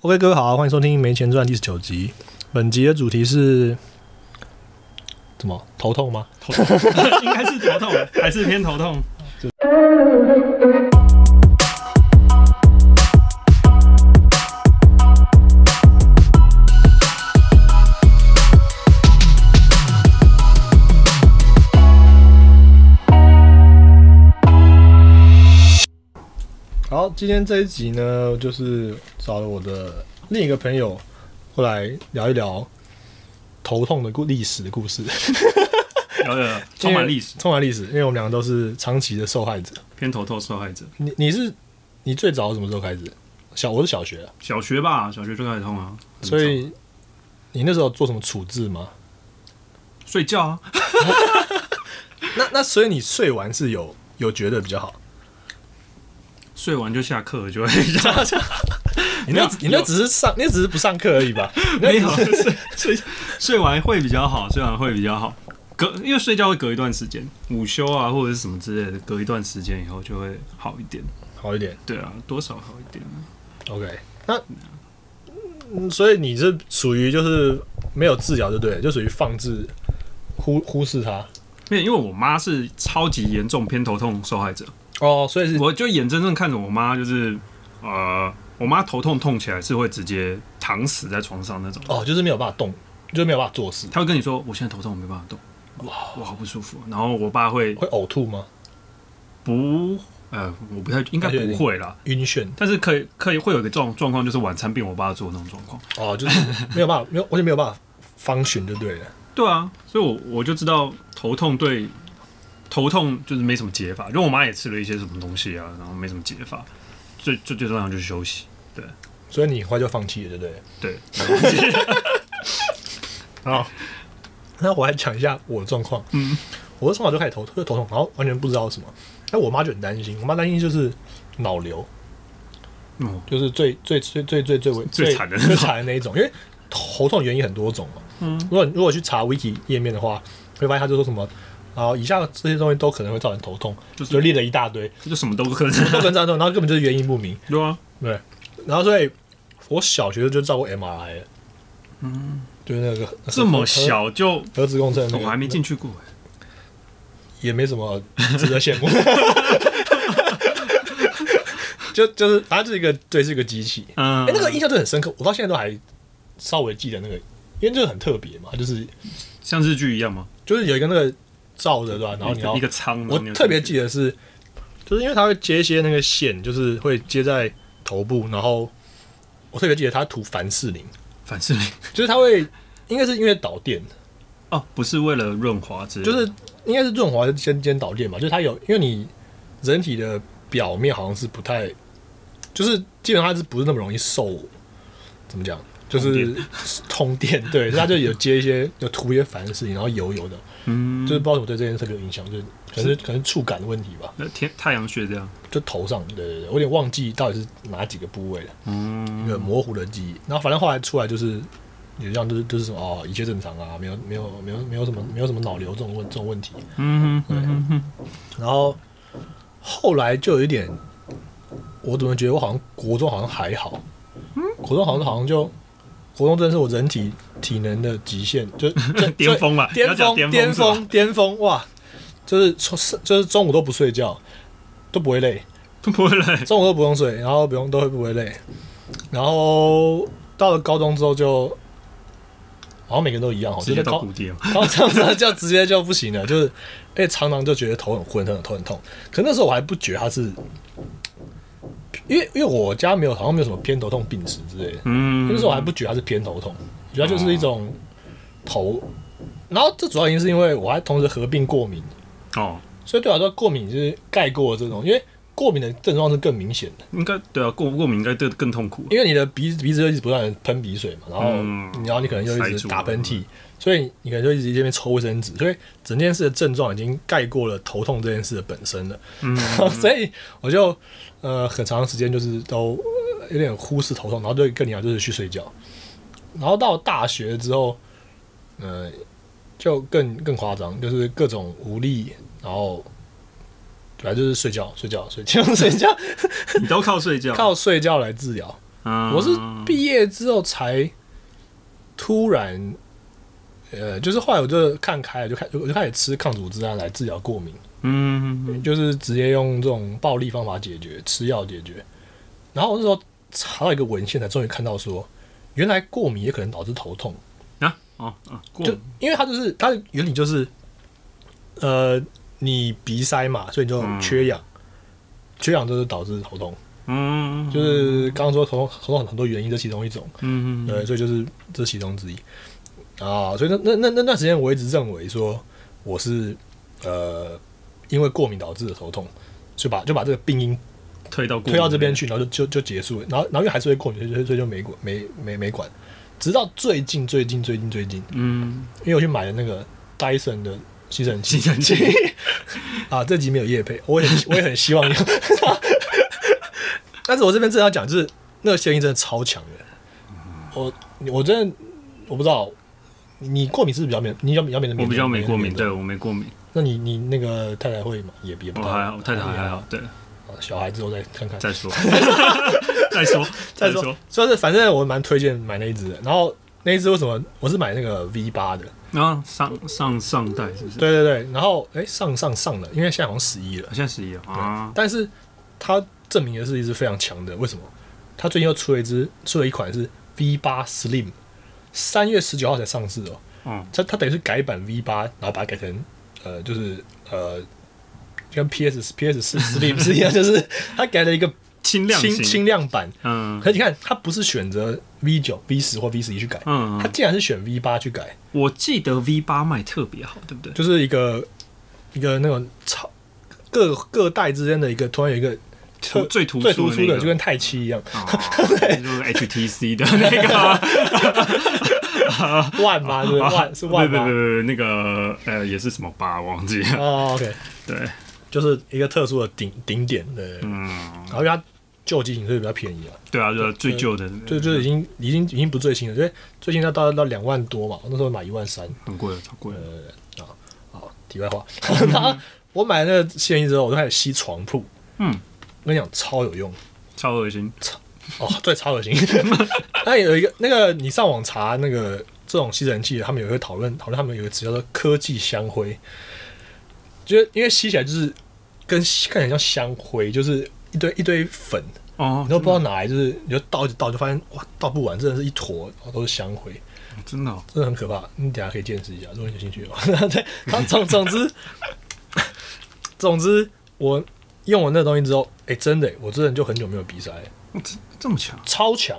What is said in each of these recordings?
OK，各位好，啊欢迎收听《没钱赚》第十九集。本集的主题是怎么头痛吗？头痛， 应该是头痛，还是偏头痛。好，今天这一集呢，就是找了我的另一个朋友过来聊一聊头痛的故历史的故 事，有 有有，充满历史，充满历史，因为我们两个都是长期的受害者。偏头痛受害者。你你是你最早什么时候开始？小我是小学啊、小学吧，小学就开始痛啊，很所早以你那时候做什么处置吗？睡觉啊，那那所以你睡完是有有觉得比较好？睡完就下课了就会 睡觉。你那没有你那有只是上，你那只是不上课而已 吧？没有睡睡睡完会比较好，睡完会比较好。隔因为睡觉会隔一段时间，午休啊或者是什么之类的，隔一段时间以后就会好一点。好一点对啊，多少好一点。 ，OK 那。嗯所以你是属于就是没有治疗，就对了，就属于放置忽忽视它因为因为我妈是超级严重偏头痛受害者，哦，所以是我就眼睁睁看着我妈就是呃，我妈头痛痛起来是会直接躺死在床上那种。哦，就是没有办法动，就是没有办法做事，他会跟你说：“我现在头痛，我没办法动，哇，我好不舒服。”然后我爸会会呕吐吗？不，呃，我不太应该不会啦，晕眩但是可以可以会有一个状状况，就是晚餐变我爸做的那种状况。哦，就是没有办法，没有，我就没有办法方寻就对了。对啊，所以我我就知道头痛对头痛就是没什么解法，因为我妈也吃了一些什么东西啊，然后没什么解法，最最最重要就是休息。所以你后来就放弃了，对不对？对，好，那我来讲一下我的状况。嗯，我是从小就开始头就头痛，然后完全不知道什么。那我妈就很担心，我妈担心就是脑瘤，嗯，就是最最最最最最最最惨的那最种惨的那一种，因为头痛的原因很多种嘛。嗯，如果如果去查 wiki 页面的话，会发现他就说什么。然后以下这些东西都可能会造成头痛，就是就列了一大堆，这就什么都不可能。 都跟这样然后根本就是原因不明。对啊，对，然后所以我小学就照过 MRI 了，嗯，就是那个这么小就核磁共振、那个，我还没进去过、欸。也没什么值得羡慕。 就就是，反正就是一个对，是一个机器。嗯，哎、那个印象就很深刻，我到现在都还稍微记得那个，因为这个很特别嘛，就是像日剧一样吗？就是有一个那个罩着对吧、然后你要一个仓，我特别得记得是，就是因为它会接一些那个线，就是会接在头部，然后我特别记得它涂凡士林，反式林就是它会应该是因为导电，哦，不是为了润滑之类的，就是应该是润滑先先导电吧，就是它有，因为你人体的表面好像是不太，就是基本上它是不是那么容易受，怎么讲，就是通电，对，所以它就有接一些有涂一些凡士林，然后油油的，嗯，就是不知道为什么对这件事特别有影响，就是可能是可能是触感的问题吧，那天太阳穴这样，就头上，对对对，我有点忘记到底是哪几个部位了，一个嗯，模糊的记忆，然后反正后来出来就是。也这样，就是就是什么哦，一切正常啊，没有没有没有没有什么没有什么脑瘤这种问这种问题，嗯哼嗯哼，然后后来就有一点，我怎么觉得我好像国中好像还好，国中好像好像就国中真的是我人体体能的极限，就 就巅峰了，巅不要峰巅讲巅峰是吧，峰巅峰哇！就是从就是中午都不睡觉，都不会累，不会嘞，中午都不用睡，然后不用都会不会累，然后到了高中之后就好像每个人都一样，我直觉接得到高谷底了，啊然后这样子就直接就不行了， 就是，而且常常就觉得头很昏，头很头很痛。可那时候我还不觉得他是，因为因为我家没有好像没有什么偏头痛病史之类的，嗯，那时候我还不觉得他是偏头痛，主要就是一种头。然后这主要原因是因为我还同时合并过敏，哦，所以对我来说过敏就是盖过这种，因为过敏的症状是更明显的，应该对啊，过过敏应该对更痛苦，因为你的鼻子鼻子就一直不断的喷鼻水嘛，然后、嗯然后你可能就一塞直住打了喷嚏，所以你可能就一直这边抽卫生纸，所以整件事的症状已经盖过了头痛这件事的本身 了。嗯，所以我就呃很长时间就是都呃有点忽视头痛，然后就跟你一样就是去睡觉。然后到大学之后，呃，就更更夸张，就是各种无力，然后主要就是睡觉睡觉睡觉睡觉， 你都靠睡觉，靠睡觉来治疗。啊，我是毕业之后才突然，呃，就是后来我就看开了，就开我就开始吃抗组织胺啊来治疗过敏，嗯，嗯就是直接用这种暴力方法解决，吃药解决。然后我那时候查到一个文献，才终于看到说，原来过敏也可能导致头痛。嗯啊哦啊，过就因为它就是它的原理就是，呃，你鼻塞嘛，所以你就缺氧，缺氧就是导致头痛，嗯，就是刚刚说头痛头痛很多原因，这其中一种，嗯嗯对，所以就是这其中之一啊。所以那那那那段时间，我一直认为说我是呃因为过敏导致的头痛，就把就把这个病因推到过推到这边去，然后就就就结束了，然后然后因为还是会过敏，所以所以就没管没没没管，直到最近最近最近最近。嗯，因为我去买了那个 Dyson 的吸尘器。吸尘器 啊，这集没有夜配，我也 很我也很希望有。 但是我这边真的要讲，就是那个吸尘器真的超强的。我我真的我不知道，你你过敏是不是比较免，你比较比较免我比较没过敏，的。对我没过敏，那你你那个太太会吗？也也不我太还好，太太还好，对，好小孩之后再看看。再说，再说， 再再说说，，算是反正我蛮推荐买那一只的。然后那一只为什么我是买那个 V 八的？然后啊上上上代是不是？对对对，然后哎、上上上了，因为现在好像十一了好。像十一啊，但是它证明的是一支非常强的。为什么？它最近又出了一支，出了一款是 V 八 Slim，三月十九号才上市哦。嗯它它等于是改版 V 八，然后把它改成呃，就是呃，就跟 PS PS 四 Slim 是一样， 就是它改了一个轻量轻型，轻量版。嗯可是你看，它不是选择 V 九、V 十或 V 十一去改，嗯，它嗯竟然是选 V 八去改，我记得 V 八卖特别好，对不对？就是一个一个那种超各各代之间的一个突然有一个特突最突最出突的出那的，个就跟太七一样，哦就是 HTC 的那个， 万吗？ 对不对，啊 万是万不不吗？不不，那个呃也是什么八，我忘记 了。哦，OK，对，就是一个特殊的顶顶点，对，对对嗯，然后因为它旧机型所以比较便宜啊，对啊，对啊，最旧的那个，就就是已经已经已经不最新了，因为最近要到到两万多嘛，我那时候买一万三，呃啊很贵了，啊超贵了。好，题外话， 然后我买那个线衣之后，我就开始吸床铺，嗯，我跟你讲超有用超恶心。哦，对，超恶心。 那有一个那个你上网查那个这种吸尘器，他们有一个讨论讨论，他们有一个词叫做科技香灰，就是因为吸起来就是跟吸看起来像香灰，就是一堆一堆粉，哦你，都不知道哪来，就是你就倒一直倒，就发现哇倒不完，真的是一坨，然后都是香灰。真的哦，真的很可怕。你等一下可以见识一下，如果你有兴趣的话。 对，好总总之，总之，我用完那东西之后，哎、真的、我真的就很久没有鼻塞，哇哦这这么强超强。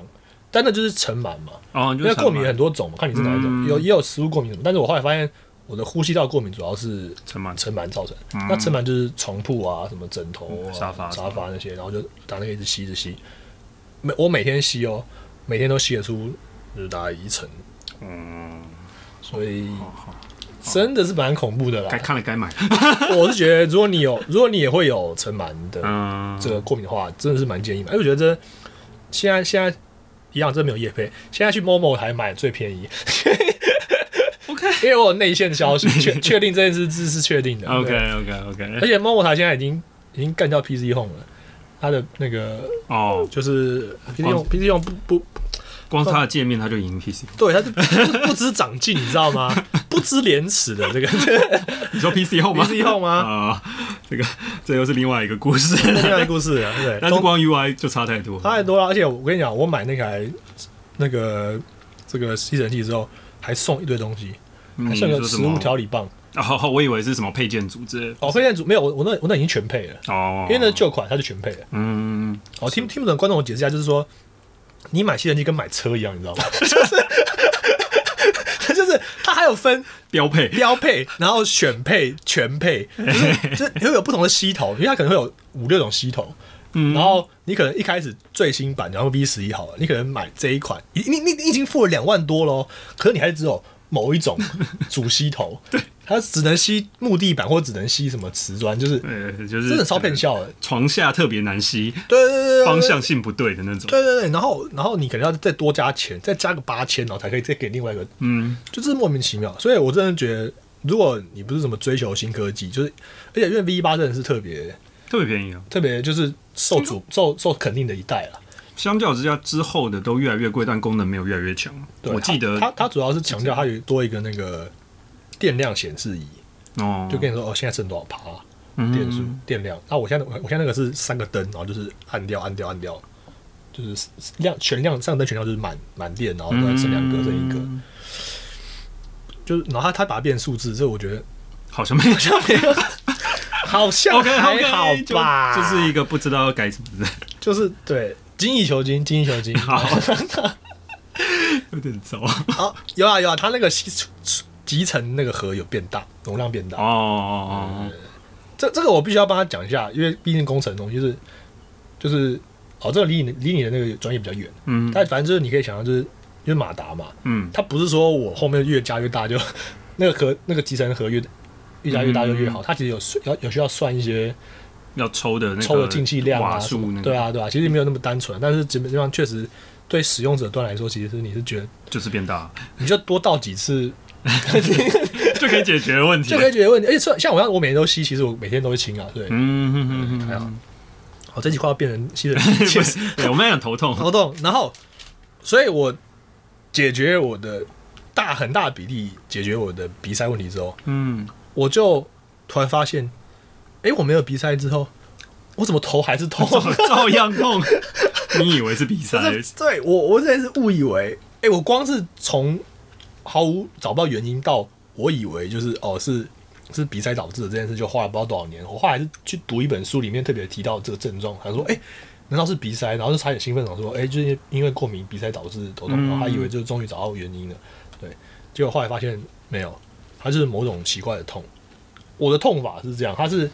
但那就是尘螨嘛，哦，因你就为是过敏尘很螨多种嘛，看你是哪一种，嗯有也有食物过敏什么。但是我后来发现，我的呼吸道过敏主要是尘螨，尘螨造成。嗯那尘螨就是床铺啊、什么枕头啊、嗯沙发沙发那些，然后就打那个一直吸一直吸。每我每天吸哦，每天都吸得出就是大概一层，嗯，所以哦好好，真的是蛮恐怖的啦 该。看了该买。我是觉得，如果你有，如果你也会有尘螨的嗯，这个过敏的话，真的是蛮建议买。哎，我觉得这现在现在一样，真没有业配，现在去某某台买最便宜。 OK 因为我有内线消息，确确定这件事是是确定的。 OK 对 OK 而 OK，且某某台现在已经已经干掉 PC Home 了，它的那个哦，就是 PC Home PC Home 不不光是它的界面它就赢 PC。对，它就不不知长进，你知道吗？不知廉耻的 这个你说 PC 后吗 PC Home 吗？啊，这个这又是另外一个 故事，这另外一个故事了，对， 但是光 UI 就差太多了。差太多了。而且我跟你讲，我买那台那个这个吸尘器之后，还送一堆东西，嗯还你送说个什食么物调理棒。哦，好好，我以为是什么配件组之类的。哦，推荐组没有，我我那我那已经全配了，哦，因为那是旧款，它就全配了。嗯，哦，听听不懂观众，我解释一下，就是说，你买吸尘器跟买车一样，你知道吗？ 就是。就是它还有分标配 标配，然后选配、全配，就是就是会有不同的吸头，因为它可能会有五六种吸头。嗯然后你可能一开始最新版，然后 V 十一好了，你可能买这一款，你你你你已经付了两万多喽，可是你还只有某一 种主吸头，对，它只能吸木地板或只能吸什么瓷砖，就是呃，就是真的超骗笑的。床下特别难吸，对对对对，对方向性不对的那种。对对对，然后然后你可能要再多加钱，再加个八千，然后才可以再给另外一个嗯，就是莫名其妙。所以我真的觉得，如果你不是什么追求新科技，就是而且因为 V 八真的是特别特别便宜啊。嗯特别就是受主受受肯定的一代了。相较之下之后的都越来越贵，但功能没有越来越强。对我记得它它它主要是强调它有多一个那个电量显示仪，哦，就跟你说哦，现在剩多少趴嗯电数、电量。那我现在我我现在那个是三个灯，然后就是按掉按掉按掉，就是亮全亮上灯全亮就是满满电，然后再剩两个剩一个，嗯就是然后它它把它变数字，这我 觉得好像没 有。像没有，好像 OK，还好吧，就就是一个不知道要改什么的， 就是对，精益求精，精益求精。好有点 糟哦啊，有啊有啊，它那个吸出出集成那个核有变大，容量变大。哦。这这个我必须要帮他讲一下，因为毕竟工程的东西就是就是哦，这个离你离你的那个专业比较远，嗯但反正就是你可以想象，就是因为马达嘛，嗯，它不是说我后面越加越大就那个核那个集成核越越加越大就越嗯好，它其实有算要有需要算一些要抽的那个抽的进气量瓦啊什数么，那个，对，啊对啊，其实没有那么单纯，但是基本上确实对使用者端来说，其实是你是觉得就是变大 你就多倒几次 就可以解决问题就。可以解决问题。而且像像我，我每天都吸，其实我每天都会清啊。对，嗯哼哼哼，还好。好，这期快要变成吸人 确确实实，对我们很头 痛。活动。然后，所以我解决我的大很大比例解决我的鼻塞问题之后，嗯，我就突然发现，哎，我没有鼻塞之后，我怎么头还是痛？照样 痛。你以为是比赛？就是对我，我真的是误以为，哎，我光是从毫无找不到原因到我以为就是哦是。是鼻塞导致的这件事，就花了不知道多少年。我后来是去读一本书，里面特别提到这个症状，他说：“哎、难道是鼻塞？”然后就差点兴奋，想说：“哎、就是因为过敏鼻塞导致头痛。”嗯然后他以为就终于找到原因了，对。结果后来发现没有，它就是某种奇怪的痛。我的痛法是这样，它是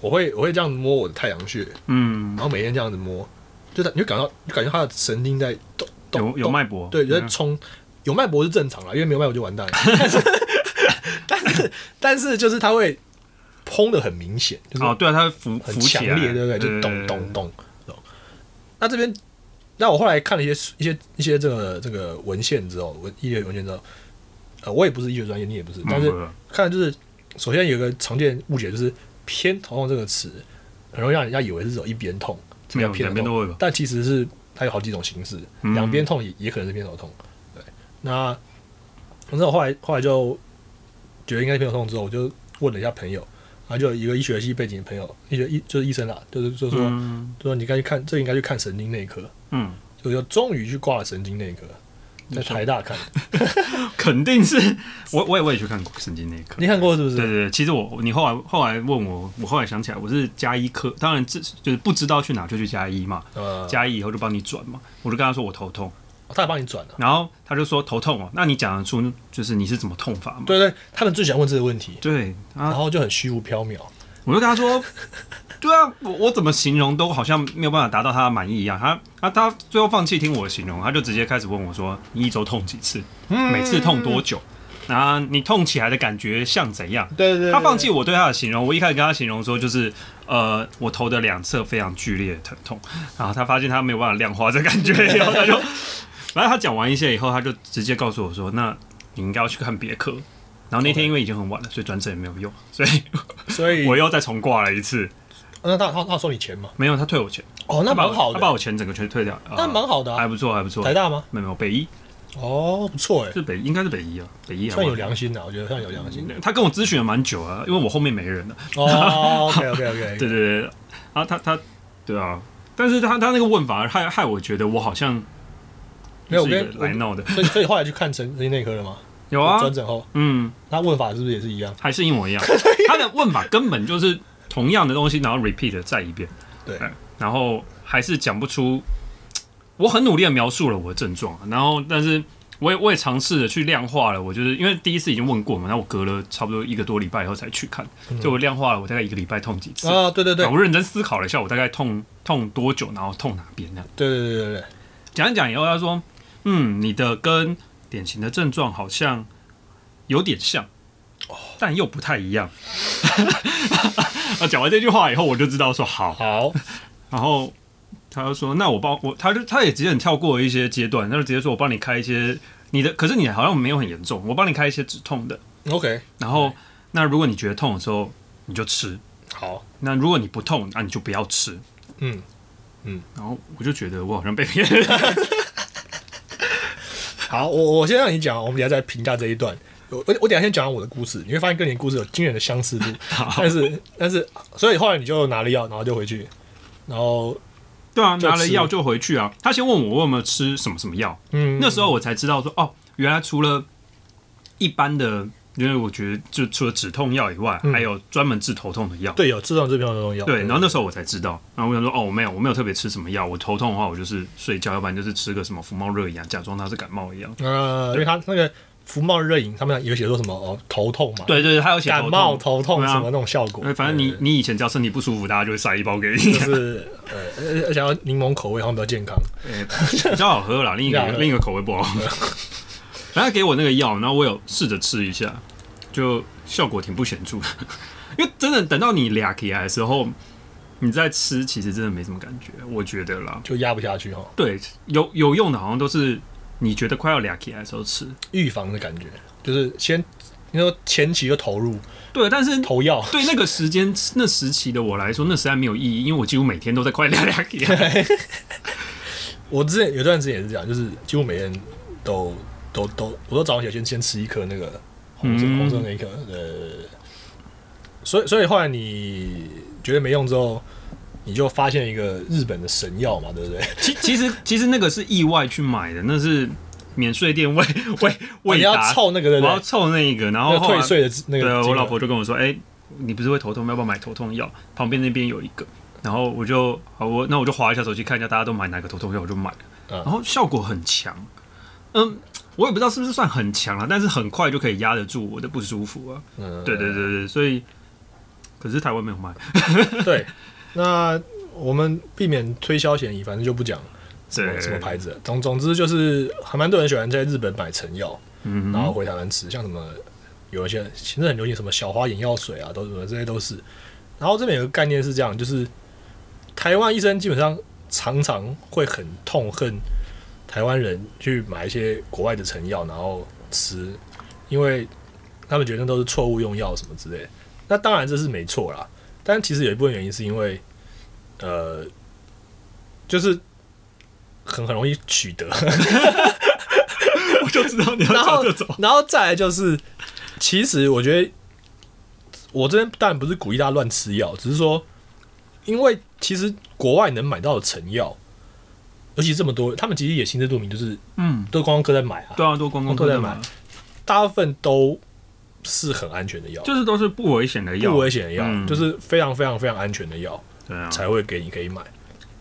我会我会这样摸我的太阳穴，嗯然，后每天这样子摸，就它你就感到你感觉他的神经在动动有有动脉搏，对，有在嗯冲，有脉搏是正常啦，因为没有脉搏就完 蛋了。但是但是但是就是它会砰的很明显，就是哦，对啊，它会浮很浮强起来，烈，对不对？就咚咚咚咚。那这边，那我后来看了一些一些一些这个这个文献之后，文医学文献之后，呃，我也不是医学专业，你也不是，嗯但是看来就是，首先有一个常见误解就是“偏头痛”这个词，很容易让人家以为是只有一边痛，这没叫有偏两头边痛，都会吧？但其实是它有好几种形式，嗯两边痛也也可能是偏头痛。对，那反正我后来后来就觉得应该是偏头痛之后，我就问了一下朋友，然后就有一个医学系背景的朋友，医学医就是医生啦，就是就说、嗯就说你该去看，这应该去看神经内科，嗯，就就终于去挂了神经内科，在台大看，肯定是我我也我也去看过神经内科你。看过是不对对是？对，其实我你后来后来问我，我后来想起来，我是加医科，当然这就是不知道去哪就去加医嘛，呃，加医以后就帮你转嘛，我就跟他说我头痛，他还帮你转了、然后他就说头痛哦，那你讲得出就是你是怎么痛法吗？对对，他们最喜欢问这个问题，对啊然，后就很虚无缥缈。我就跟他说，对啊，我我怎么形容都好像没有办法达到他的满意一样。他他他最后放弃听我的形容，他就直接开始问我说：“你一周痛几次？每次痛多久？啊，你痛起来的感觉像怎样？”对对对，他放弃我对他的形容，我一开始跟他形容说就是，呃，我头的两侧非常剧烈的疼痛，然后他发现他没有办法量化这感觉，然后他就，反正他讲完一些以后，他就直接告诉我说，那你应该要去看别科。然后那天 OK 因为已经很晚了，所以转诊也没有用，所以所以我又再重挂了一次。那他他他收你钱吗？没有，他退我钱，哦，那他把蛮我好他把的，我钱整个全退掉，呃那蛮好的、还啊，不错，还不错。台大吗？没有没有北医哦，不错哎，是北，应该是北医啊，北医啊。算有良心的，我觉得算有良心。他跟我咨询了蛮久啊，因为我后面没人了。 哦，OK OK OK，对对对，对啊，他他对啊，但是他他那个问法害害我觉得我好像没有我是一跟个来闹的，所以所以后来去看神神经内科了吗？有啊，转诊后，嗯，那问法是不是也是一样？还是一 模一样，他的问法根本就是同样的东西，然后 repeat 再一遍，对哎然后还是讲不出，我很努力的描述了我的症状，然后但是。我也我也尝试着去量化了，我就是因为第一次已经问过嘛，那我隔了差不多一个多礼拜以后才去看，所以我量化了我大概一个礼拜痛几次，嗯啊，对对对然后我认真思考了一下，我大概痛痛多久，然后痛哪边这样。对对对对对，讲一讲以后，他说：“嗯，你的跟典型的症状好像有点像，但又不太一样。” 啊，讲完这句话以后，我就知道说好。好，然后他就说：“那我帮我，他就他也直接很跳过一些阶段，他就直接说我帮你开一些你的，可是你好像没有很严重，我帮你开一些止痛的。 OK，然后那如果你觉得痛的时候，你就吃；好，那如果你不痛，那你就不要吃。嗯，嗯，然后我就觉得我好像被骗了。好，我我先让你讲，我们等一下再评价这一段。我我我等一下先讲完我的故事，你会发现跟你的故事有惊人的相 似度。但是但是，所以后来你就拿了药，然后就回去，然后对啊，就拿了吃药就回去啊。他先问我我有没有吃什么什么药，嗯，那时候我才知道说，哦，原来除了一般的，因为我觉得就除了止痛药以外，还有专门治头痛的药。嗯对有自动治标的用药，对，然后那时候我才知道，然后我想说，哦，我没有，我没有特别吃什么药，我头痛的话，我就是睡觉，要不然就是吃个什么福猫热饮啊，假装它是感冒一样。呃，因为他那个福茂热饮，他们有写说什么哦头痛嘛，，对对对，它有写感头冒痛，头痛对啊什么那种效果对，，反正你你以前只要身体不舒服，大家就会塞一包给你就，是呃，而而且要柠檬口味好像比较健康，哎比较好喝啦，另一比较好个喝另一个口味不好喝。然后他给我那个药，然后我有试着吃一下，就效果挺不显著的。 因为真的等到你俩起来的时候，你再吃其实真的没什么感觉，我觉得啦。就压不下去哈、哦，对，有有用的好像都是你觉得快要俩起来的时候吃。预防的感觉，就是先你说前期就投入对，但是投药，对那个时间那时期的我来说，那实在没有意义，因为我几乎每天都在快俩俩起 来。我之前有段时间也是这样，就是几乎每天都都都，我都早上起来先先吃一颗那个红色、嗯红色那一颗，呃，所以所以后来你觉得没用之后，你就发现一个日本的神药嘛，对不对？其其实其实那个是意外去买的，那是免税店为为哦 你为要达凑那个对不我要对？凑那一个，然那后个后来退税的那个对金额，我老婆就跟我说，哎、你不是会头痛吗，要不要买头痛药？旁边那边有一个，然后我就好，我那我就划一下手机看一下大家都买哪个头痛药，我就买了，嗯然后效果很强，嗯。我也不知道是不是算很强了，但是很快就可以压得住我的不舒服啊。嗯，对对对对，所以可是台湾没有卖，对。那我们避免推销嫌疑，反正就不讲什么对什么牌子了。总总之就是，还蛮多人喜欢在日本买成药， 嗯，然后回台湾吃，像什么有一些现在很流行什么小花眼药水啊，都什么这些都是。然后这边有个概念是这样，就是台湾医生基本上常常会很痛恨台湾人去买一些国外的成药然后吃，因为他们觉得都是错误用药什么之类的。那当然这是没错啦，但其实有一部分原因是因为呃，就是很很容易取得。我就知道你要 然后讲这种，然后再来就是，其实我觉得，我这边当然不是鼓励大家乱吃药，只是说，因为其实国外能买到的成药，尤其这么多，他们其实也心知肚明，就是嗯，都观光客在买啊，对啊，多观光都客在在买买，大部分都是很安全的药，就是都是不危险的药，不危险的药，嗯就是非常非常非常安全的药对啊，才会给你可以买。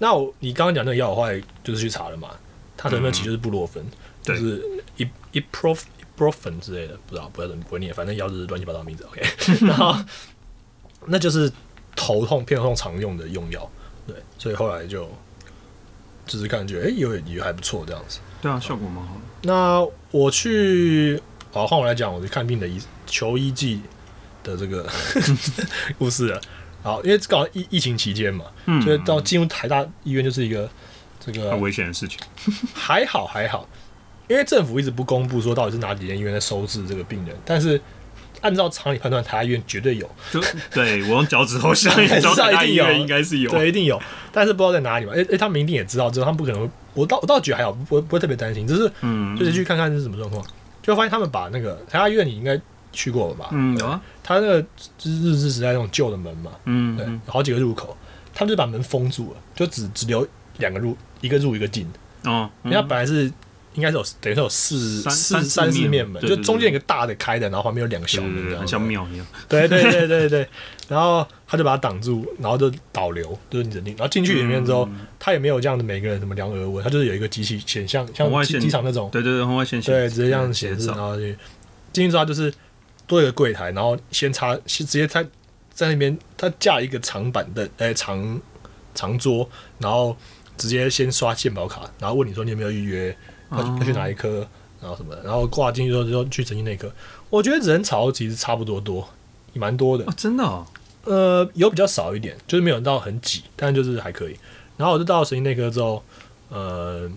那我你刚刚讲那个药，我后来就是去查了嘛，它成分其实就是布洛芬，就对是一一 prof ibuprofen 之类的，不知道不知道怎么不会念，反正药就是乱七八糟的名字。OK，然后那就是头痛偏头痛常用的用药，对，所以后来就就是感觉哎、诶有也还不错这样子。对啊，效果蛮好的。那我去，好，换我来讲，我去看病的医求医记的这个故事了。好，因为刚好疫疫情期间嘛，嗯，啊所以到进入台大医院就是一个这个很危险的事情。还好还好，因为政府一直不公布说到底是哪几间医院在收治这个病人，但是按照常理判断，台大医院绝对有，就对我用脚趾头想，也知道大医院应该是有。对，一定有，但是不知道在哪里嘛。哎、哎，他们一定也知道，之后他们不可能会，我倒我倒觉得还好，不不会特别担心，只是嗯，就是去看看是什么状况，就发现他们把那个台大医院你应该去过了吧？嗯有啊，他那个就是日治时代那种旧的门嘛，嗯对，嗯有好几个入口，他们就把门封住了，就只只留两个入，一个入一个进。哦，嗯人家本来是应该是有等于是有四三四三四三四面面门，对嗯就对中间对一个大的开的，然后旁边有两个小对对门对这样很子，像庙一样。对对对对对，然后他就把它挡住，然后就导流，就是你的进，然后进去里面之后，嗯他也没有这样的每个人什么量额温，他就是有一个机器显像像红外机线机场那种，对对对，红外线对，直接这样写嗯显示，然后就进去之后他就是多一个柜台，然后先插，先直接在在那边他架一个长板凳，哎、长长桌，然后直接先刷健保卡，然后问你说你有没有预约，要去哦要去哪一科，然后什么的，然后挂进去之后就去神经内科。我觉得人潮其实差不多多，也蛮多的哦，，真的哦， 呃，有比较少一点，就是没有到很挤，但就是还可以。然后我就到神经内科之后，呃，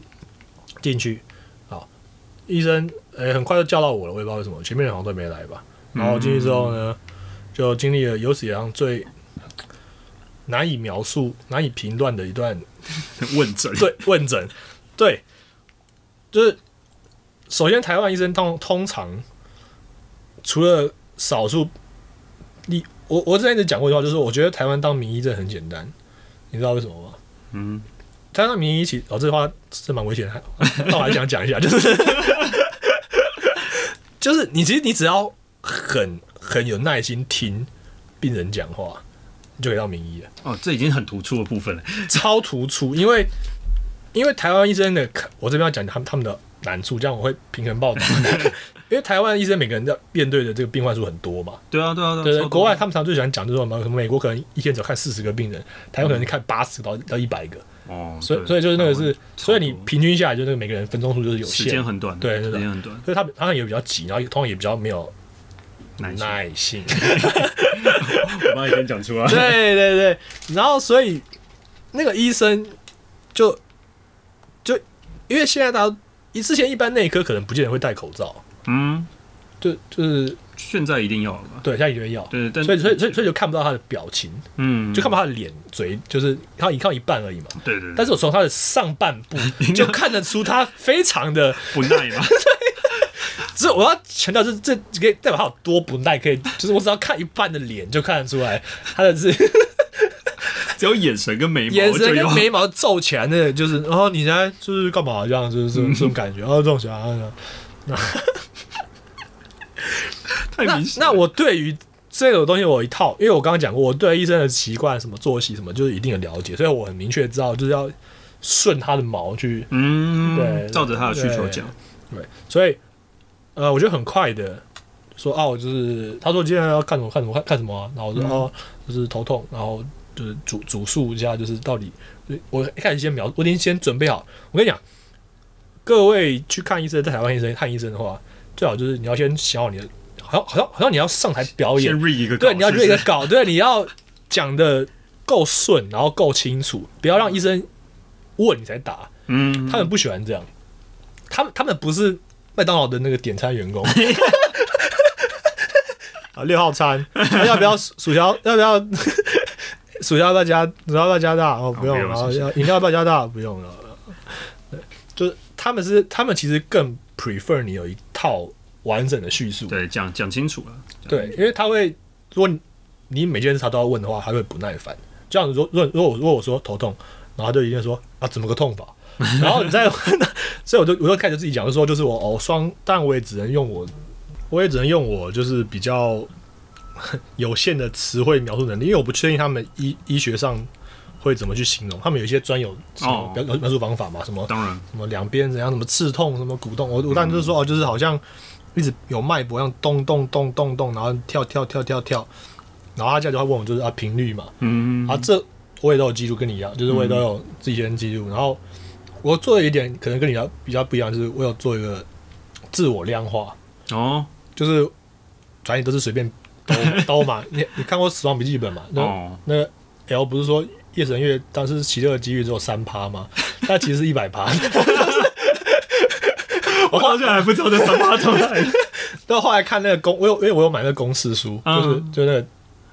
进去，好，医生，呃、很快就叫到我了，我也不知道为什么，前面人好像都没来吧。然后进去之后呢，就经历了有史以来最难以描述、难以评断的一段问诊，对，问诊，对，就是首先台湾医生通通常除了少数，你我我之前一直讲过一句话，就是我觉得台湾当名医真的很简单，你知道为什么吗？嗯，台湾当名医其哦，这句话是蛮危险的， 但我还是想讲一下，就是就是你其实你只要很很有耐心听病人讲话，你就可以当名医了。哦，这已经很突出的部分了，超突出，因为因为台湾医生的，我这边要讲他们他们的难处，这样我会平衡 报道。因为台湾医生每个人要面对的这个病患数很多嘛，对啊，对啊，对对对，啊超多的，国外他们常最喜欢讲就是说什么，美国可能一天只看四十个病人，台湾可能看八十到到一百个，哦，所以嗯对所以就是那个台湾是，超所以你多平均下来就那个每个人分钟数就是有时间限，很短，对对时对间很短，所以他们他们也比较急，然后通常也比较没有耐心，耐性。我帮你先讲出 来，对对对，然后所以那个医生就就因为现在大家之前一般内科可能不见得会戴口罩，嗯，就就是现在一定要了吧？对，现在一定会要，对，但所以所以所以所以就看不到他的表情，嗯，就看不到他的脸、嘴，就是他一看到一半而已嘛。对对，对但是我从他的上半 部就看得出他非常的，不耐 嘛，这我要强调就是这这个代表他有多不耐，可以就是我只要看一半的脸就看得出来他的是。只有眼神跟眉毛，眼我就神有跟眉毛皱起来，那个就是，然、后你在就是干嘛这样，就是这种这种感觉，然啊 后这种想法。这种太那明显了，那我对于这个东西我有一套，因为我刚刚讲过，我对医生的习惯、什么作息、什么，就是一定的了解，所以我很明确知道就是要顺他的毛去。嗯，对照着他的需求讲，对，所以呃，我就很快的说哦，就是他说今天要看什么看什么看看什么、啊，然后我嗯说、哦，就是头痛，然后就是主主述一下，就是到底我一开始先描，我已经先准备好。我跟你讲，各位去看医生，在台湾医生看医生的话，最好就是你要先想好你的，好像好像好像你要上台表先演， read 一个稿，对，你要是不这是个稿，对，你要讲的够顺，然后够清楚，不要让医生问你才答。嗯，他们不喜欢这样，他们他们不是麦当劳的那个点餐员工。 啊，六号餐，啊要不要薯薯条？要不 要薯条？要不要加？薯条要不要加大？哦，不用。不用然后谢谢要饮料要不要加大？不用了。对，就是他们是他们其实更 prefer 你有一套完整的叙述。对讲讲清楚了，对，因为他会，如果你你每件事他都要问的话，他会不耐烦。这样子说，如果如果我如果我说头痛，然后他就一定说啊，怎么个痛法？然后你再问他，所以我就我就开始自己讲，就说就是我哦双，但我也只能用我，我也只能用我就是比较 有限的词汇描述能力，因为我不确定他们医医学上会怎么去形容，他们有一些专有形容哦描描述方法嘛，什么当然什么两边怎样，什么刺痛，什么鼓动。我我当然嗯就是说哦，就是好像一直有脉搏，像咚咚咚咚咚，然后跳跳跳跳跳。然后他这样就会问我，就是啊频率嘛，嗯啊这我也都有记录，跟你一样，就是我也都有自己先记录。然后我做了一点可能跟你要比较不一样，就是我有做一个自我量化，哦就是反正都是随便兜 兜嘛。你你看过《死亡笔记本》嘛？那、哦，那个 L 不是说夜神月当时起乐的几率只有三趴吗？但其实是一百趴。我好像还不知道这三八从哪 里，到后来看那个公，我有因为我有买那个公式书，嗯就是就那个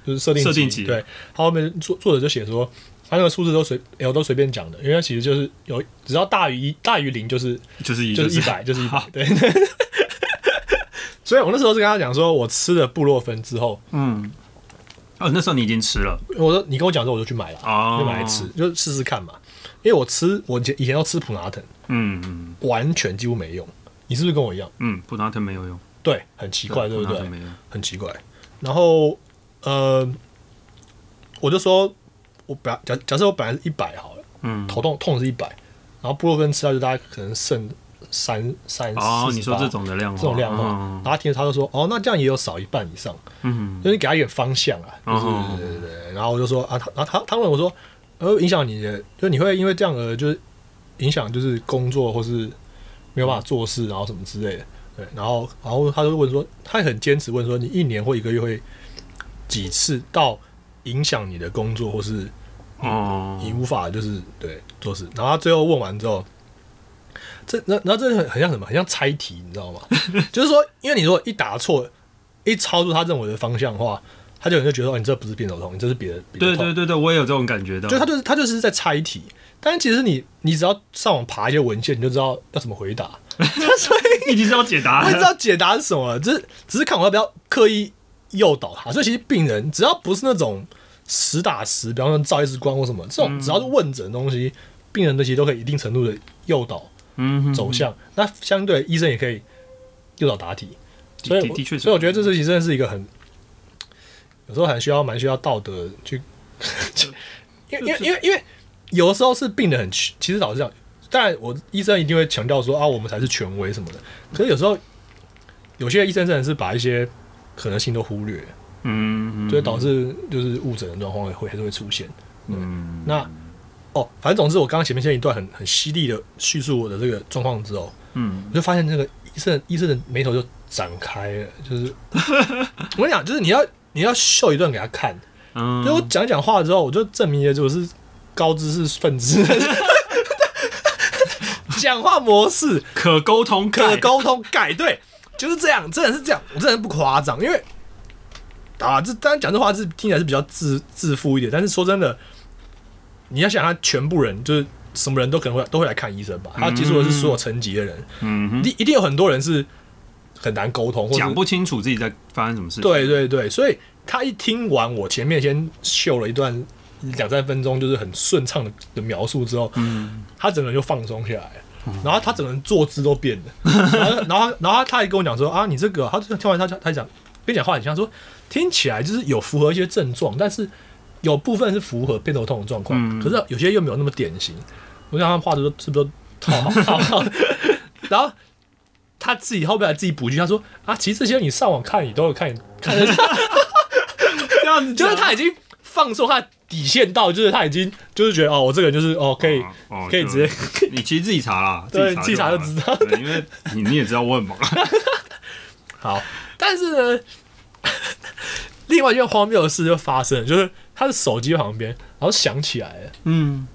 就是设定设定集对，他后面作作者就写说，他那个数字都随 L 都随便讲的，因为他其实就是有只要大于一大于零就是就是一就是一百就是一百，对。 所以我那时候是跟他讲说，我吃了布洛芬之后，嗯，哦，那时候你已经吃了我说你跟我讲之后我就去买了，哦，就买来吃，，就试试看嘛。因为我吃我以前以前要吃普拿疼，嗯嗯完全几乎没用。你是不是跟我一样？嗯，普拿疼没有用，对，很奇怪，对不普对拿疼？没有用，很奇怪。然后呃，我就说，我本来假假设我本来是一百好了，嗯，头痛痛是一百，然后布洛芬吃下去大概可能剩三三哦， 48你说这种的量化，这种量哦化，然嗯后他听着他就说，哦，那这样也有少一半以上，嗯，就是给他一点方向啊，就是、哦对对对。然后我就说啊，他然后他他问我说，呃，影响你的，就你会因为这样而就是影响就是工作或是没有办法做事，然后什么之类的。对，然后然后他就问说，他很坚持问说，你一年或一个月会几次到影响你的工作或是哦，你无法就是对做事。然后他最后问完之后，这那然后这很很像什么？很像猜 题，你知道吗？就是说，因为你如果一答错，一超出他认为的方向的话，他就有人就觉得哦，你这不是偏头痛，你这是别的别对的对痛，对对，我也有这种感觉到。就他就是他就是在猜题。但其实你你只要上网爬一些文献，你就知道要怎么回 答，所以你已经知道解答我了，知道解答是什么了，只是只是看我要不要刻意诱导他。所以其实病人只要不是那种实打实，比方说照 X 光或什么这种，只要是问诊的东西，病人的其实都可以一定程度的诱导嗯哼走向。那相对医生也可以诱导答题，所的以的我的确是，所以我觉得这事情真的是一个很有时候很需要蛮需要道德去， 因为因为因为因为有的时候是病人很虚，其实老实讲，当然我医生一定会强调说啊，我们才是权威什么的，可是有时候有些医生真的是把一些可能性都忽略，嗯，嗯所以导致就是误诊的状况会会还是会出现。嗯那哦，反正总之，我刚刚前面先一段很很犀利的叙述我的这个状况之后，嗯我就发现那个医生医生的眉头就展开了，就是我跟你讲，就是你要你要秀一段给他看，嗯，所以我讲讲话之后，我就证明了我是高知识分子，讲话模式可沟通可概沟通改对，就是这样，真的是这样，我真的不夸张，因为啊，这当然讲这话是听起来是比较自自负一点，但是说真的，你要想他全部人就是什么人都可能会都会来看医生吧，他接触的是所有层级的人，嗯哼一、一定有很多人是很难沟通，或者讲不清楚自己在发生什么事情，对对对，所以他一听完我前面先秀了一段两三分钟，就是很顺畅的的描述之后，嗯，他整个人就放松下来了，然后他整个人坐姿都变 了，然后然后然后他还跟我讲说啊，你这个，他听完他他讲跟你讲话很像说，听起来就是有符合一些症状，但是有部分是符合偏头痛的状况，嗯可是有些又没有那么典型。我想他们话都是不是都套好套 好，然后他自己后边还自己补一句，他说啊，其实这些你上网看你都有看，看得到这样子就是讲他已经放松他的底线到，就是他已经就是觉得哦，我这个人就是哦可以。哦可以直接，接，你其实自己 查啦，对己查自己就好查了对，因为你你也知道我很忙，啊好，但是呢， 另外一件荒谬的事就发生了，就是他的手机旁边，然后响起来了。 嗯，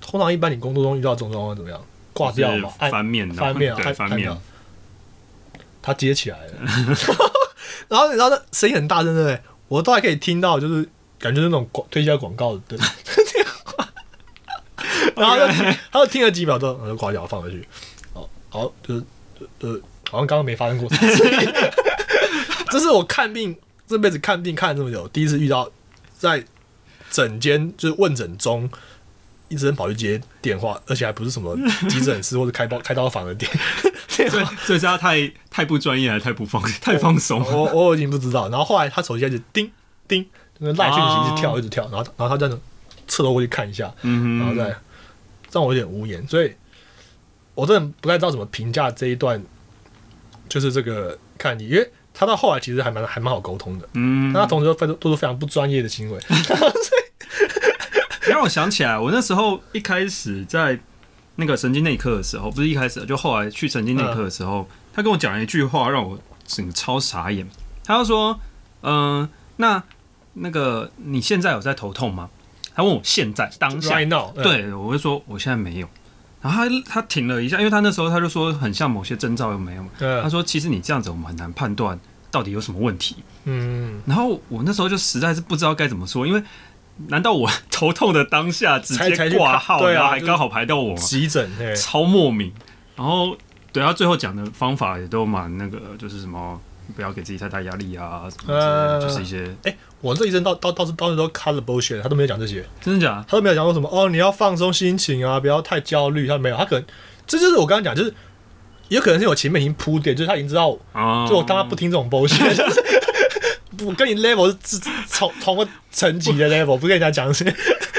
通常一般你工作中遇到这种状况怎么样？挂掉是嘛，按翻面啊，翻面啊，对，按翻按面 掉，他接起来了， 然后你知道那声音很大声，对不对？我都还可以听到，就是感觉是那种广推销广告的 对电话然后他就他就听了几秒钟，然后就挂掉，放回去。哦，好，就是呃，好像刚刚没发生过什么事 情。这是我看病这辈子看病看了这么久，第一次遇到在诊间就是问诊中，医生跑去接电话，而且还不是什么急诊室或者开刀开刀房的 电电所以话。所以是他太太不专业，还是太不放太放松，啊我我已经不知道。然后后来他手机一直叮叮，那个赖讯息一直跳哦一直跳，然后然后他这样子侧头过去看一下，嗯然后哼，再让我有点无言，所以我真的不太知道怎么评价这一段，就是这个看你，因为他到后来其实还蛮还蛮好沟通的，嗯，但他同时又非做出非常不专业的行为，让我想起来，我那时候一开始在那个神经内科的时候，不是一开始，啊就后来去神经内科的时候，嗯他跟我讲了一句话，让我整个超傻眼。他就说：“嗯、那那个你现在有在头痛吗？”他问我现在当下 right now，嗯，对，我就说我现在没有。然后他他停了一下，因为他那时候他就说很像某些征兆有没有嘛。他嗯说其实你这样子我们很难判断到底有什么问题。嗯，然后我那时候就实在是不知道该怎么说，因为难道我头痛的当下直才才接去挂看号， 对啊然后还就是刚好排到我吗？急诊，哎，超莫名。然后对他最后讲的方法也都蛮那个，就是什么不要给自己太大压力啊，什么之类的，啊就是一些哎，我这医生到到到到时都 cut the bullshit，他都没有讲这些，真的假的？他都没有讲说什么哦，你要放松心情啊，不要太焦虑，他没有，他可能这就是我刚刚讲，就是有可能是我前面已经铺垫，就是他已经知道。啊，就我他妈不听这种 bullshit，就是我跟你 level 是是同同个层级 的 level，不跟人家讲这些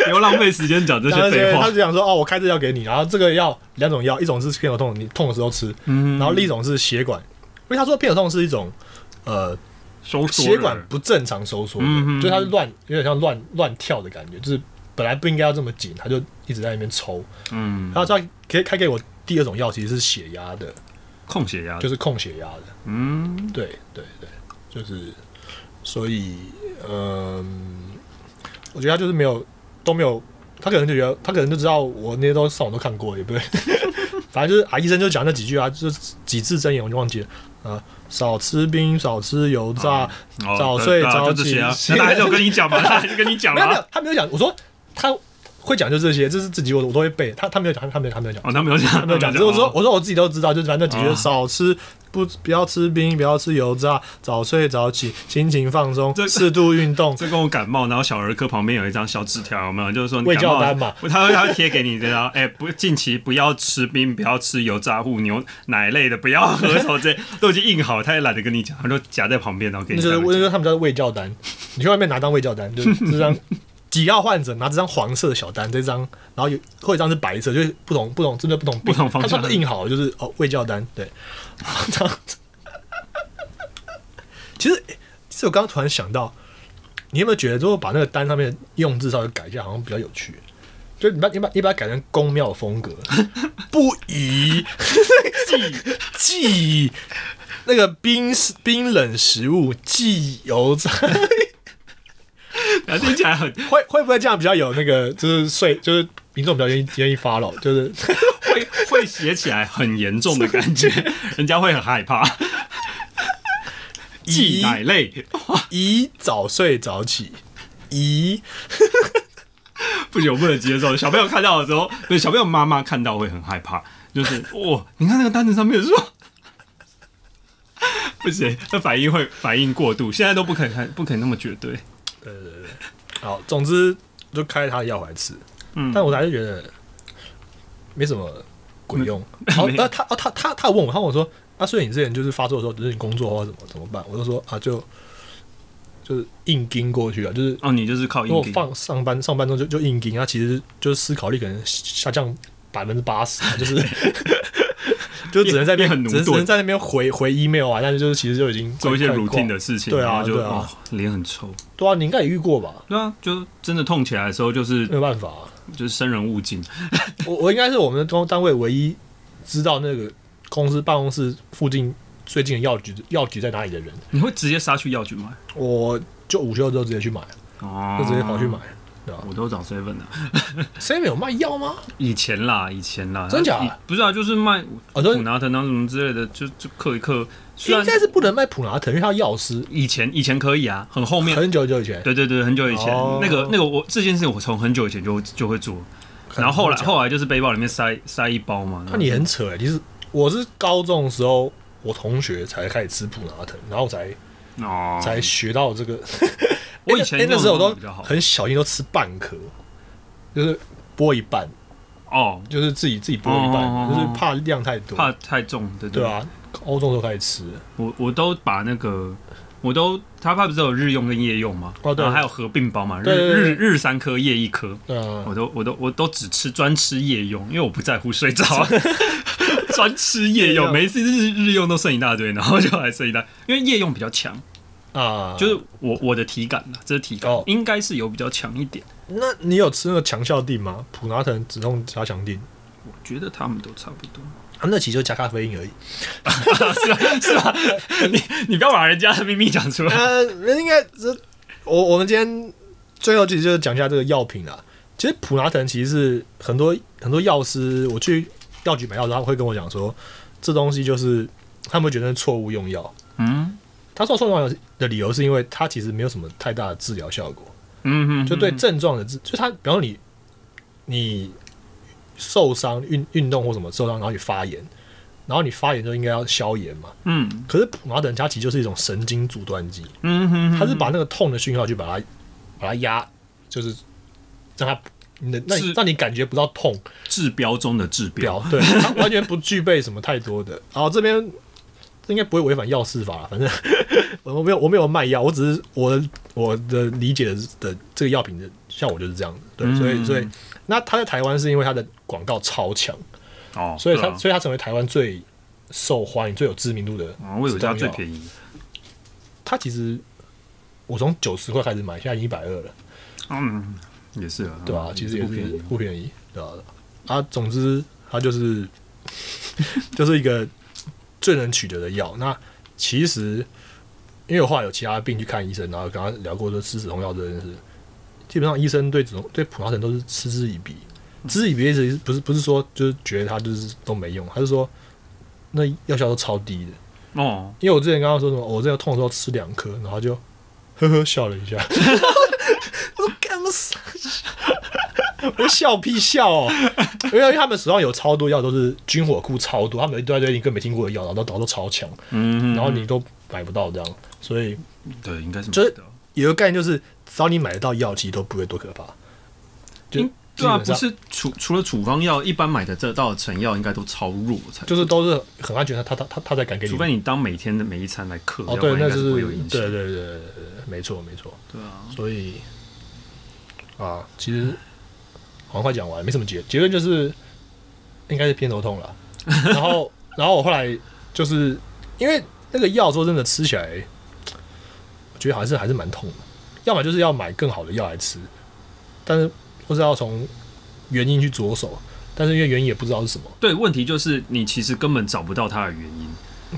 不要浪费时间讲这些讲这些废他话就。讲说哦，我开这药给你，然后这个药两种药，一种是偏头痛，你痛的时候吃，嗯，然后另一种是血管，因为他说偏头痛是一种呃收缩血了管不正常收缩的嗯嗯嗯就是它是乱有点像乱乱跳的感觉，就是本来不应该要这么紧，他就一直在那边抽，嗯，然后他给开给我第二种药，其实是血压的，控血压就是控血压的。嗯对对对，就是，所以，嗯，我觉得他就是没有都没有，他可能就觉得他可能就知道我那些都上网都看过，也不会，反 反正就是啊，医生就讲那几句啊，就是几字真言，我就忘记了。呃，少吃冰，少吃油炸，哦早睡对啊早就这些啊，起那他还是有跟 你讲嘛，他还是跟你讲没有没嘛有。，他没有讲。我说他会讲就这些，这是自己我我都会背。他他没有讲，他没有他没有讲，哦，他没有讲，他没有讲。只是我说我说我自己都知道，就是反正那几哦句：少吃不不要吃冰，不要吃油炸，早睡早起，心情放松这，适度运动。这跟我感冒，然后小儿科旁边有一张小纸条，有没有？就是说你喂感冒教单嘛，他会他会贴给你的，然后哎，不近期不要吃冰，不要吃油炸物、牛奶类的，不要喝什么这都已经印好，他也懒得跟你讲，他就夹在旁边，然后给那你就这是样我讲。就他们叫卫教单，你去外面拿张卫教单，就是这张几号患者拿这张黄色的小单，这张然后有或者一张是白色，就是不同不同针对不同病不同方向他们都印好了就是哦卫教单对， 这样子。其实，诶其实我刚刚突然想到，你有没有觉得，如果把那个单上面的用字稍微改一下，好像比较有趣？就你把你把你把它改成宫庙风格，不宜 忌忌那个冰食冰冷食物忌油炸，然后听起来很会会不会这样比较有那个就是睡就是民众比较愿意愿意发了，就是 会会写起来很严重的感觉，人家会很 害怕。咦忌奶类，宜早睡早起，宜不行，我不能接受。小朋友看到的时候，不是小朋友妈妈看到会很害怕，就是哇、你看那个单子上面说， 不行，那反应会反应过度，现在都不可以看，不可以那么绝对。好，总之就开他的药回来吃，嗯，但我还是觉得没什么鬼用。然后 没他他哦他他他问我，他问我说啊，所以你之前就是发作的时候，就是你工作或者怎么怎么办？我就说啊，就就是硬盯过去啊，就是哦，你就是靠如果硬顶，放上班上班中就就硬盯，他其实就是思考力可能下降百分之八十，啊 就是 就只能在那边变很驽只能只钝能在那边回回 email 啊，但是就是其实就已经做一些快快 routine 挂的事情，对啊然后就对啊哦脸很臭。对啊，你应该也遇过吧？对啊，就真的痛起来的时候，就是没有办法啊、就是生人勿近。我我应该是我们单单位唯一知道那个公司办公室附近最近的药局药局在哪里的人。你会直接杀去药局买？我就午休之后直接去买，哦就直接跑去买。我都找 seven 啊， seven 有卖药吗？以前啦，以前啦，真假以不是啊，就是卖哦，都普拿疼啊什么之类的，就就嗑一嗑。虽应然该是不能卖普拿疼，因为它药师以前以前可以啊，很后面，很久很久以前。对对对，很久以前、哦那个那个我这件事情我从很久以前就就会做，然后后来后来就是背包里面塞塞一包嘛。那你很扯哎、其实我是高中的时候，我同学才开始吃普拿疼，然后才哦，才学到 这个。我以前欸那欸那时候我用的都比较好很小心，都吃半颗，就是剥一半，哦，就是自己自己剥一半，哦哦哦哦就是怕量太多。怕太重，对对，啊，高中的时候开始吃，我我都把那个。我都，他怕不是有日用跟夜用嘛，哦对然后还有合并包嘛，日对对对日日三颗，夜一颗，嗯，我都我都我都只吃专吃夜用，因为我不在乎 睡着。专吃夜用，每一次日日用都剩一大堆，然后就还剩一大，因为夜用比较强，啊，就是我我的体感啦，这是体感哦，应该是有比较强一点。那你有吃那个强效定吗？普拿疼止痛加强定，我觉得他们都差不 多，啊，那其实就加咖啡因而已。是吧？是吧？你你不要把人家的秘密讲出来。呃，应该这我我们今天最后其实就是讲一下这个药品啦。其实普拿疼其实是很多很多药师，我去药局买药，他们会跟我讲说，这东西就是他们会觉得是错误用药。嗯他说错误用药的理由是因为它其实没有什么太大的治疗效果，嗯哼，就对嗯症状的治，就它比方说你你受伤运运动或什么受伤，然后你发炎，然后你发炎就应该要消炎嘛。嗯可是普拿疼它其实就是一种神经阻断剂，嗯哼，它是把那个痛的讯号去把它把它压，就是让它你的让是你让你感觉不到痛治标中的治标表，对，它完全不具备什么太多 的。然后这边这应该不会违反药事法啦，反正 我没有我没有卖药，我只是我的我的理解的的这个药品的效果就是这样子，对，所以嗯所以那它在台湾是因为它的广告超强，哦，所以对它、啊所以它成为台湾最受欢迎、最有知名度的啊，我以为它最宜。便宜它其实我从九十块开始买，现在已经一百二了。嗯，也是啊，对吧、其实也不便是宜。不便宜，对吧、啊？总之它就是 就是一个最能取得的药。那其实因为我后来有其他病去看医生，然后跟他聊过说吃止痛药这件事，基本上医生对止痛对普拉疼都是嗤之以鼻，知己别意思不是不是说就是觉得他就是都没用，他是说那药效都超低的。哦，因为我之前刚刚说什么，我这个痛的时候吃两颗，然后他就 呵呵笑了一下。我说干嘛傻笑？我笑屁笑哦！因为因为他们手上有超多药，都是军火库超多，他们有一堆一堆你根本没听过的药，然后都导都超强，嗯，然后你都买不到这样，所以对应该是就是没得有一个概念就是，只要你买得到药，其实都不会多可怕。就嗯对啊，基本不上是除除了处方药，一般买的这到的成药应该都超弱才，就是都是很安全的，他他他他才敢给你除。非你当每天的每一餐来嗑，哦，要不对，然应那该就是不是会有影响。对对对对对，对没错没错。对啊，所以啊，其实好像快讲完，没什么结结论，就是应该是偏头痛 了。然后，然后我后来就是因为那个药，说真的，吃起来我觉得还是还是蛮痛的。要么就是要买更好的药来吃，但是不知道从原因去着手，但是因为原因也不知道是什么。对，问题就是你其实根本找不到它的原因。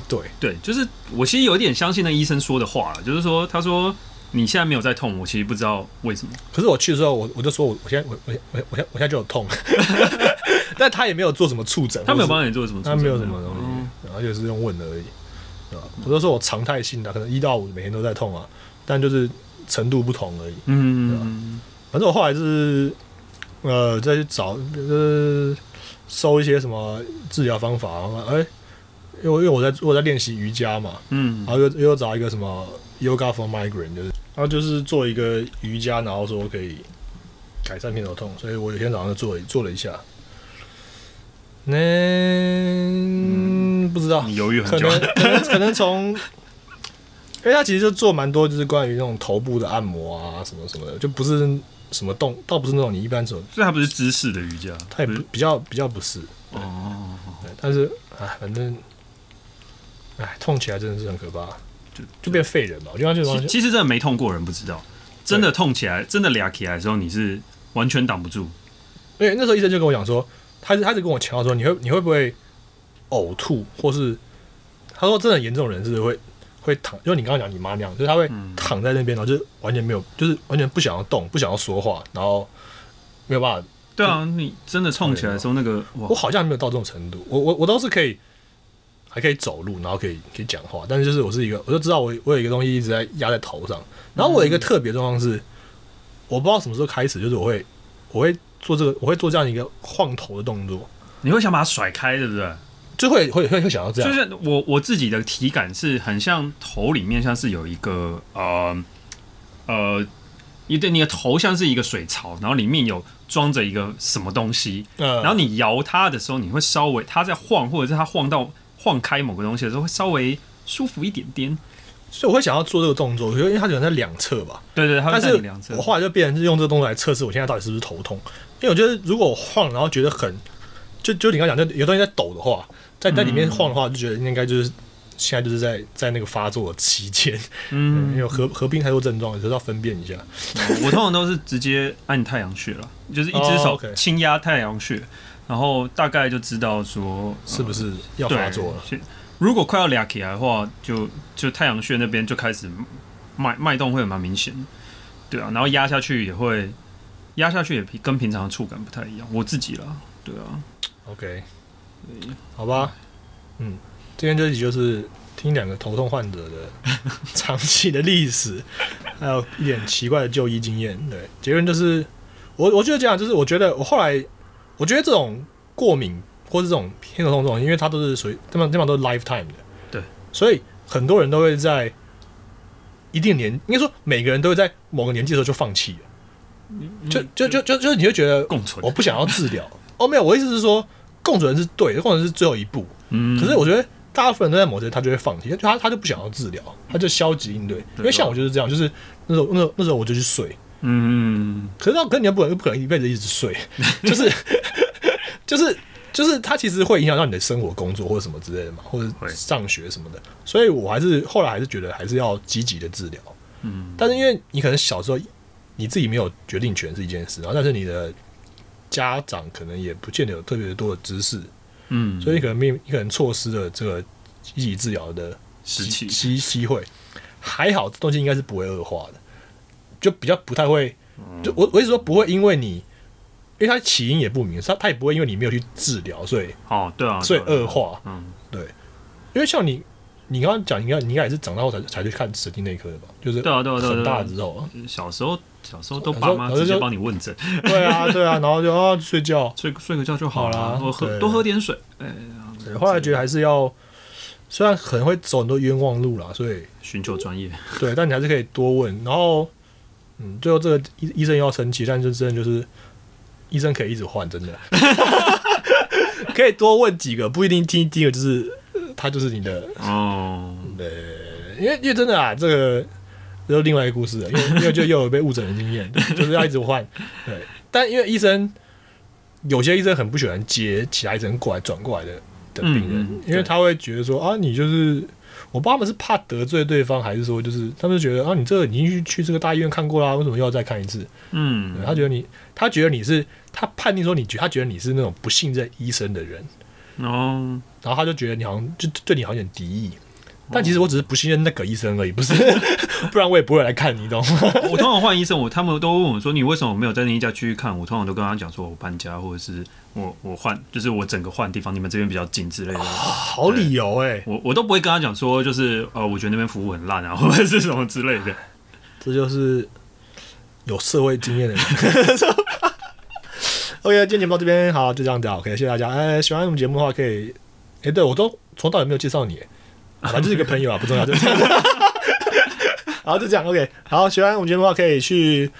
对，对，就是我其实有一点相信那医生说的话了，就是说他说你现在没有在痛，我其实不知道为什么。可是我去的时候，我我就说我我现在我我我我现在我现在就有痛， 但他也没有做什么触诊，他没有或是帮你做什么处他置，没有什么东西，嗯然后就是用问的而已，对吧？我都说我常态性的，可能一到五每天都在痛啊，但就是程度不同而已。啊嗯，反正我后来就是呃再去找，就是搜一些什么治疗方法，然后哎、因为因为我在我在练习瑜伽嘛，嗯，然后又又找一个什么 yoga for migraine，就是然后就是做一个瑜伽，然后说可以改善偏头痛，所以我有一天早上就做了做了一下。那、不知道，嗯你犹豫很可久啊能，可能可能从，因为他其实就做蛮多，就是关于那种头部的按摩啊，什么什么的，就不是什么动，倒不是那种你一般所，所以它不是知识的瑜伽，他也不不是比较比较不是，嗯哦，对但是哎，反正哎，痛起来真的是很可怕，就就变废人嘛，我觉得他就是其其实真的没痛过的人不知道，真的痛起来，真的俩起来的时候，你是完全挡不住。因为那时候医生就跟我讲说，他是他是跟我强调说，你会你会不会呕吐，或是他说真的严重人是会会躺，就是你刚刚讲你妈那样，就是他会嗯躺在那边，然后就是完全没有，就是完全不想要动，不想要说话，然后没有办法。对啊，你真的痛起来的时候，那个我哇，好像还没有到这种程度，我我我都是可以，还可以走路，然后可以可以讲话，但是就是我是一个，我就知道我我有一个东西一直在压在头上，然后我有一个特别状况是，我不知道什么时候开始，就是我会我会做这个，我会做这样一个晃头的动作。你会想把它甩开，对不对？就会会会会想要这就样，是我我自己的体感是很像头里面像是有一个呃呃，你的你的头像是一个水槽，然后里面有装着一个什么东西，嗯，然后你摇它的时候，你会稍微它在晃，或者是它晃到晃开某个东西的时候，会稍微舒服一点点。所以我会想要做这个动作，我觉得因为它可能在两侧吧，对对，它会但在是你两侧我。后来就变成是用这个动作来测试我现在到底是不是头痛，因为我觉得如果我晃然后觉得很，就就你刚刚讲，就有东西在抖的话，在在里嗯面晃的话，就觉得应该就是现在就是在在那个发作的期间，因嗯，为合合并太多症状，有时候要分辨一下，我通常都是直接按太阳穴了， 就是一只哦手，OK 轻压太阳穴，然后大概就知道说是不是要对，发作了？是如果快要俩起来的话，就就太阳穴那边就开始脉脉动会蛮明显的，对啊，然后压下去也会压下去也跟平常的触感不太一样，我自己啦，对啊， OK，好吧，嗯，今天这集就是听两个头痛患者的长期的历史，还有一点奇怪的就医经验。对，结论就是，我我觉得这样，就是我觉得我后来，我觉得这种过敏或是这种偏头痛这种，因为它都是属于基本基本上都是 lifetime 的，对，所以很多人都会在一定年，应该说每个人都会在某个年纪的时候就放弃了，就就就就就你会觉得共存我，不想要治疗。 哦，没有，我意思是说，共存是对的，共存是最后一步。嗯可是我觉得大部分人都在某些他就会放弃，他他就不想要治疗，他就消极应对。因为像我就是这样，就是那时候那时候那时候我就去睡，嗯，可是那可是你又不能又不可能一辈子一直睡，就是就是就是它其实会影响到你的生活、工作或者什么之类的嘛，或者会上学什么的。所以我还是后来还是觉得还是要积极的治疗。嗯，但是因为你可能小时候你自己没有决定权是一件事，然后但是你的家长可能也不见得有特别多的知识，嗯，所以你可能没你可能错失了这个积极治疗的时期机机会，还好这东西应该嗯是不会恶化的，就比较不太会，就我我一直说不会因为你因为它起因也不明，它它也不会因为你没有去治疗，所以哦，对啊，所以对啊恶化。嗯，因为像你，你刚刚讲，应该你应该也是长大后才才去看神经内科的吧？就是对啊，对啊，对啊，很对大啊。之后，小时候，小时候都小时爸候妈小时候直接就帮你问诊，对啊，对啊，然后就啊睡觉。睡睡个觉就好好了，啦或喝对多喝点水。哎，对，后来觉得还是要，虽然可能会走很多冤枉路啦，所以寻求专业，对，但你还是可以多问。然后，嗯，最后这个医医生要生气，但就真的就是医生可以一直换，真的可以多问几个，不一定听第一个就是呃他就是你的，哦，因为因为真的啊，这个这是另外一个故事了，因为因为就又有被误诊的经 验，就是要一直换。对，但因为医生有些医生很不喜欢接其他医生过来转过来的的病人，嗯嗯因为对他会觉得说啊，你就是。我爸们是怕得罪对方，还是说就是他们就觉得啊，你这个已经去去这个大医院看过啦，为什么又要再看一次？对嗯，他觉得你，他觉得你是他判定说你觉，他觉得你是那种不信任医生的人，哦，然后他就觉得你好像就对你好像有点敌意。但其实我只是不信任那个医生而已，不是， 不然我也不会来看你，懂吗？我通常换医生，我他们都问我说你为什么没有在那一家区域看？我通常都跟他讲说我搬家，或者是我我换，就是我整个换地方，你们这边比较近之类的。好理由哎、我我都不会跟他讲说就是呃，我觉得那边服务很烂啊，或者是什么之类的。这就是有社会经验的人。OK，今天节目到这边，好，就这样子啊，OK，谢谢大家。哎，喜欢我们节目的话，可以，哎，对我都从头到尾没有介绍你，哎反正就是一个朋友啊，不重要，就这样。好，就这样，OK。好，喜欢我们节目的话，可以去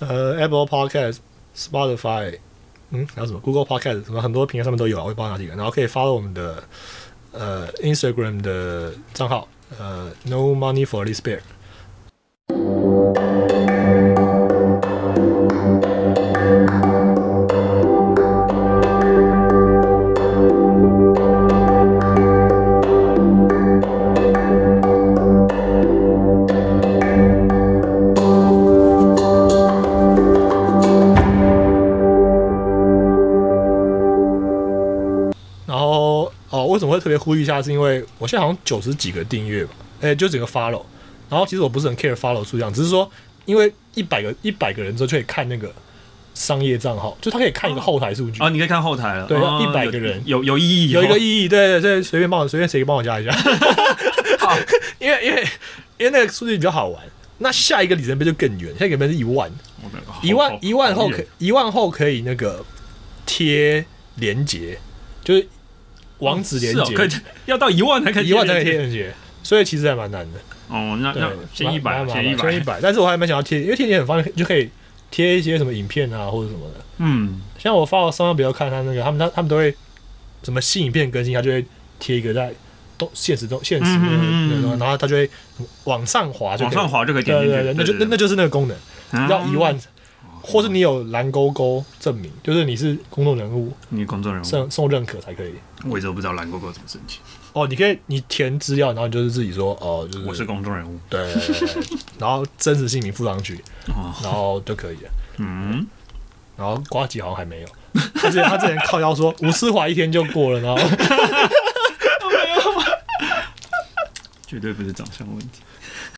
呃 Apple Podcast、Spotify，嗯，还有什么 Google Podcast，什么很多平台上面都有啊，我也不知道哪几个。然后可以 follow 我们的呃 Instagram 的账号，呃 No Money for Respect。然后哦，为什么会特别呼吁一下？是因为我现在好像九十几个订阅吧，哎、就几个 follow。然后其实我不是很 care follow 数量，只是说因为一百个一百个人之后就可以看那个商业账号，就他可以看一个后台数据，啊，你可以看后台了，对哦100个人有有意义，有一个意义。对对对，随便帮我随便谁帮我加一下，因为因为因为那个数据比较好玩。那下一个里程碑就更远，下一个里程碑是一万，我的好一好万一万后好可远一万后可以那个贴连接，就是网址连是哦接，可以要到一万才可以一万才贴可以贴链接链接，所以其实还蛮难的。哦，那对那，先一百，蛮先一蛮麻烦先一百，百。但是我还蛮想要贴，因为贴也很方便，就可以贴一些什么影片啊或者什么的。嗯，像我发我上班不要看他那个，他们他他们都会什么新影片更新，他就会贴一个在动现实中现实那个嗯嗯嗯嗯那个东西然后他就会往上滑就啊往可以上滑就可以对点进对对，，那去就那那就是那个功能，那要一，万。或是你有蓝勾勾证明，就是你是公众人物，你工作人物，受受认可才可以。我一直都不知道蓝勾勾怎么申请，哦，你可以你填资料，然后你就是自己说哦，就是我是公众人物，对，对对对然后真实姓名附上去，哦，然后就可以了。嗯，然后瓜吉好像还没有，他之前他之前靠腰说吴思华一天就过了，然后绝对不是长相问题。